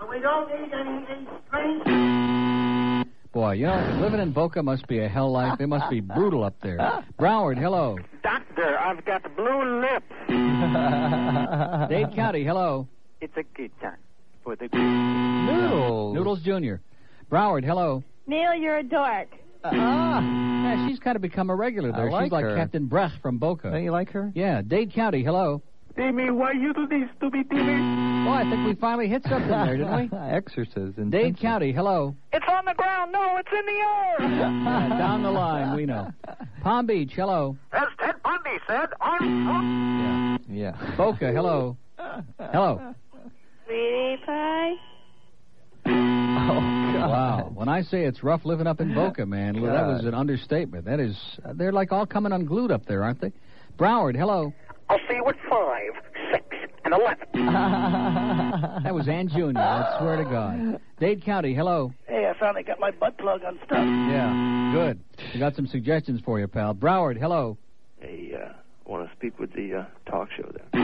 S10: And we don't need anything strange.
S5: Boy, you know, living in Boca must be a hell life. It must be brutal up there. Broward, hello.
S9: Doctor, I've got blue lips.
S5: Dade County, hello.
S9: It's a good time for the
S18: Noodles.
S5: Noodles Jr. Broward, hello.
S12: Neil, you're a dork.
S5: Uh-uh. Yeah, she's kind of become a regular
S18: Uh, ah. I
S5: there.
S18: like
S5: she's like
S18: her.
S5: Captain Brecht from Boca.
S18: Don't you like her?
S5: Yeah, Dade County, hello.
S10: Dammy, why you do this to me, Dammy?
S5: Boy, I think we finally hit something there, didn't we?
S18: Exorcism. in
S5: Dade County, hello.
S10: It's on the ground. No, it's in the air.
S5: Yeah, down the line, we know. Palm Beach, hello.
S10: As Ted Bundy said, I'm.
S18: Yeah.
S5: Boca, hello. Hello.
S12: Sweetie pie?
S18: Oh,
S5: Wow. When I say it's rough living up in Boca, man, well, that
S12: God.
S5: was an understatement. That is, they're like all coming unglued up there, aren't they? Broward, hello.
S10: I'll see you at five, six, and eleven.
S5: That was Ann Jr., I swear to God. Dade County, hello.
S10: hey, I finally got my butt plug unstuck.
S8: Mm.
S5: Yeah, good. We got some suggestions for you, pal. Broward, hello.
S13: Hey, uh, want to speak with the uh, talk show there?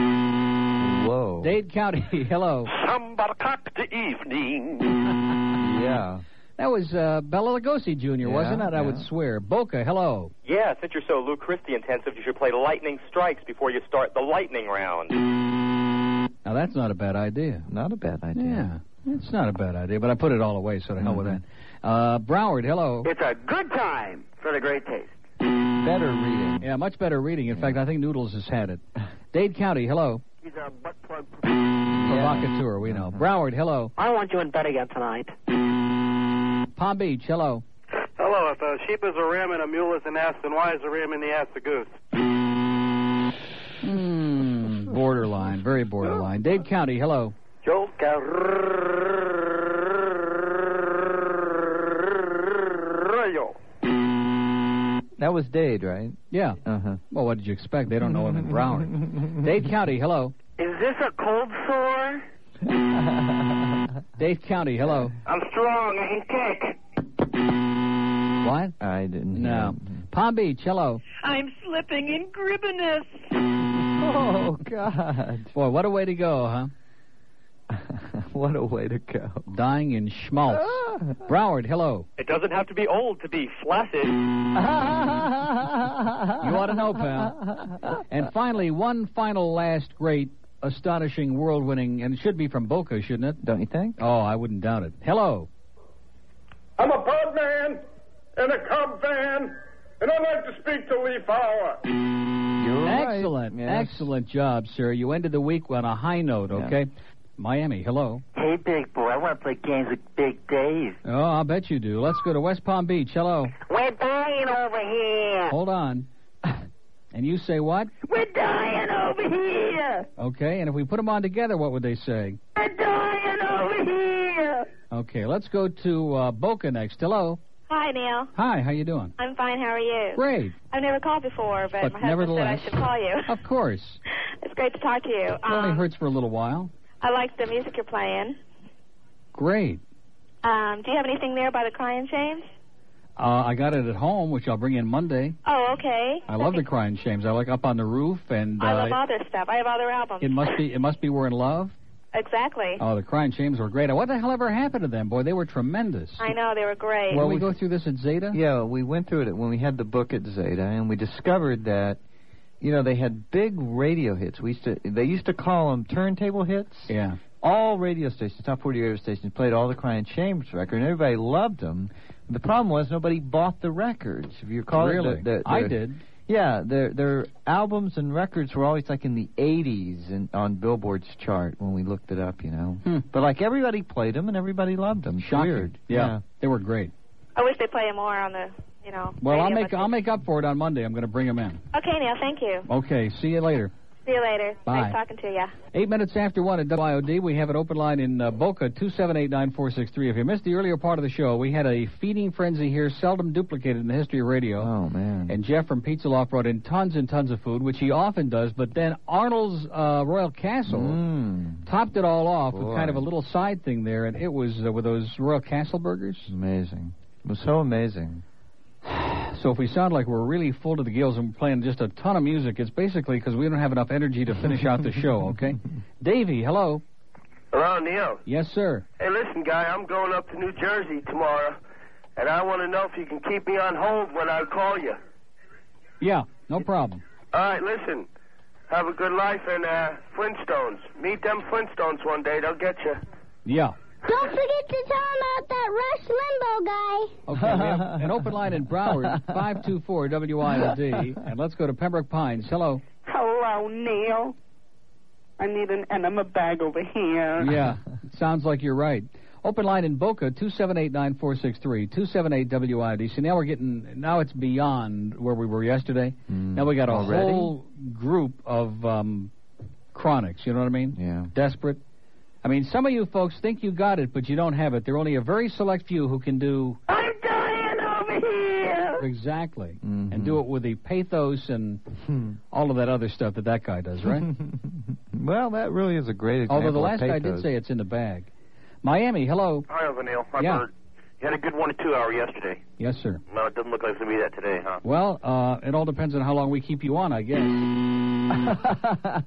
S18: Whoa.
S5: Dade County, hello.
S13: Sambarkakta evening.
S8: Mm.
S18: Yeah.
S5: That was uh, Bella Lugosi Jr., wasn't it? I would swear. Boca, hello.
S6: Yeah, since you're so Lou Christie intensive, you should play lightning strikes before you start the lightning round.
S8: Mm.
S5: Now that's not a bad idea.
S18: Not a bad
S5: idea. Yeah, it's not a bad idea, but I put it all away, so to hell with that. Uh, Broward, hello.
S9: It's a good time for the great taste.
S5: Better reading. Yeah, much better reading. In fact, I think Noodles has had it. Dade County, hello.
S9: He's a butt plug.
S5: Provocateur, we
S18: Uh-huh.
S5: know. Broward, hello.
S1: I want you in bed again tonight.
S5: Palm Beach, hello.
S16: Hello, if a sheep is a ram and a mule is an ass, then why is a ram in the ass a goose?
S5: Hmm, borderline, very borderline. Dade County, hello.
S16: Rayo.
S18: That was Dade, right?
S5: Yeah.
S18: Uh huh.
S5: Well, what did you expect? They don't know him in Broward. Dade County, hello.
S16: Is this a cold sore?
S5: Dade County, hello.
S16: I'm strong. I can kick.
S5: What?
S18: I didn't.
S5: No. Palm Beach, hello.
S10: I'm slipping in gribbiness.
S18: Oh God.
S5: Boy, what a way to go, huh?
S18: what a way to go. Ah.
S5: Dying in schmaltz. Broward, hello.
S6: It doesn't have to be old to be flaccid.
S5: You ought to know, pal. And finally, one final last great, astonishing, world winning, and it should be from Boca, shouldn't it?
S18: Don't you think?
S5: Oh, I wouldn't doubt it. Hello.
S31: I'm a bird man and a cub fan, and I'd like to speak to Lee Fowler.
S5: excellent, excellent job, sir. You ended the week on a high note, okay? Miami, hello.
S9: Hey, big boy, I want to play games with Big Dave.
S5: Oh, I'll bet you do. Let's go to West Palm Beach. Hello.
S9: We're dying over here.
S5: Hold on. And you say what?
S9: We're dying over
S25: over here.
S5: Okay, and if we put them on together, what would they say?
S25: They're dying over here.
S5: Okay, let's go to uh, Boca next. Hello.
S6: Hi, Neil.
S5: Hi, how you doing?
S6: I'm fine. How are you?
S5: Great.
S6: I've never called before, but,
S5: But
S6: my husband said I
S5: nevertheless- Oh.
S6: should call you.
S5: Of course.
S6: it's great to talk to you.
S5: It only
S6: Um,
S5: hurts for a little while.
S6: I like the music you're playing.
S5: Great.
S6: Um, do you have anything there by the Crying James?
S5: Uh, I got it at home, which I'll bring in Monday.
S6: Oh, okay.
S5: I love the crying shames. I like up on the roof and
S6: I love
S5: uh,
S6: all their stuff. I have all their albums.
S5: it must be it must be we're in love.
S6: Exactly.
S5: Oh, the crying shames were great. What the hell ever happened to them? Boy, they were tremendous.
S6: I know they were great.
S18: Well,
S5: we go through this at Zeta?
S18: Yeah, we went through it when we had the book at Zeta, and we discovered that, you know, they had big radio hits. We used to, they used to call them turntable hits.
S5: Yeah.
S18: All radio stations, top 40 radio stations, played all the Crying Chambers record, and everybody loved them. The problem was nobody bought the records. If you recall, the-
S5: really?
S18: the- the-
S5: I did.
S18: Yeah, their their albums and records were always like in the 80s and on Billboard's chart when we looked it up, you know.
S5: Hmm.
S18: But like everybody played them and everybody loved them. It's
S5: Shocking.
S18: Weird.
S5: Yeah. They were great.
S6: I wish they play more on the, you know.
S5: Well, I'll
S6: radio,
S5: make I'll make up for it on Monday. I'm going to bring them in.
S6: but- Okay, Neil. Thank you.
S5: Okay. See you later.
S6: See you later.
S5: Bye.
S6: Nice talking to you.
S5: Eight minutes after one at WIOD, we have an open line in uh, Boca, 2789463. If you missed the earlier part of the show, we had a feeding frenzy here seldom duplicated in the history of radio.
S18: Oh, man.
S5: And Jeff from Pizza Loft brought in tons and tons of food, which he often does, but then Arnold's uh, Royal Castle topped it all off with
S18: Mm. Boy.
S5: kind of a little side thing there, and it was uh, with those Royal Castle burgers.
S18: Amazing. It was so amazing.
S5: So if we sound like we're really full to the gills and we're playing just a ton of music, it's basically because we don't have enough energy to finish out the show, okay? Davey, hello.
S8: Hello, Neil.
S5: Yes, sir.
S8: Hey, listen, guy, I'm going up to New Jersey tomorrow, and I want to know if you can keep me on hold when I call you.
S5: Yeah, no problem.
S8: All right, listen. Have a good life and uh, Flintstones. Meet them Flintstones one day. They'll get you.
S5: Yeah.
S3: Don't forget to tell him about that Rush Limbo guy.
S5: Okay, we have an open line in Broward, 524 WILD. And let's go to Pembroke Pines. Hello.
S13: Hello, Neil. I need an enema bag over here.
S5: Yeah, sounds like you're right. Open line in Boca, 278-9463, 278-WID. See, now we're getting, now it's beyond where we were yesterday. now we got a
S18: Mm. already?
S5: whole group of um, chronics, you know what I mean?
S18: Yeah.
S5: Desperate. I mean, some of you folks think you got it, but you don't have it. There are only a very select few who can do...
S25: I'm dying over here.
S5: Exactly.
S18: Mm-hmm.
S5: And do it with the pathos and
S18: Hmm.
S5: all of that other stuff that that guy does, right?
S18: Well, that really is a great example.
S5: Although the last
S18: of
S5: guy did
S18: pathos.
S5: say it's in the bag. Miami, hello.
S32: Hi, over, Neil. Hi,
S5: Yeah.
S32: Bird. You had a good one to two hour yesterday.
S5: Yes, sir.
S32: No, it doesn't look like it's going to be that today, huh?
S5: Well, uh, it all depends on how long we keep you on, I guess.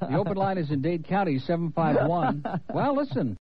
S5: the open line is in Dade County, 751. well, listen,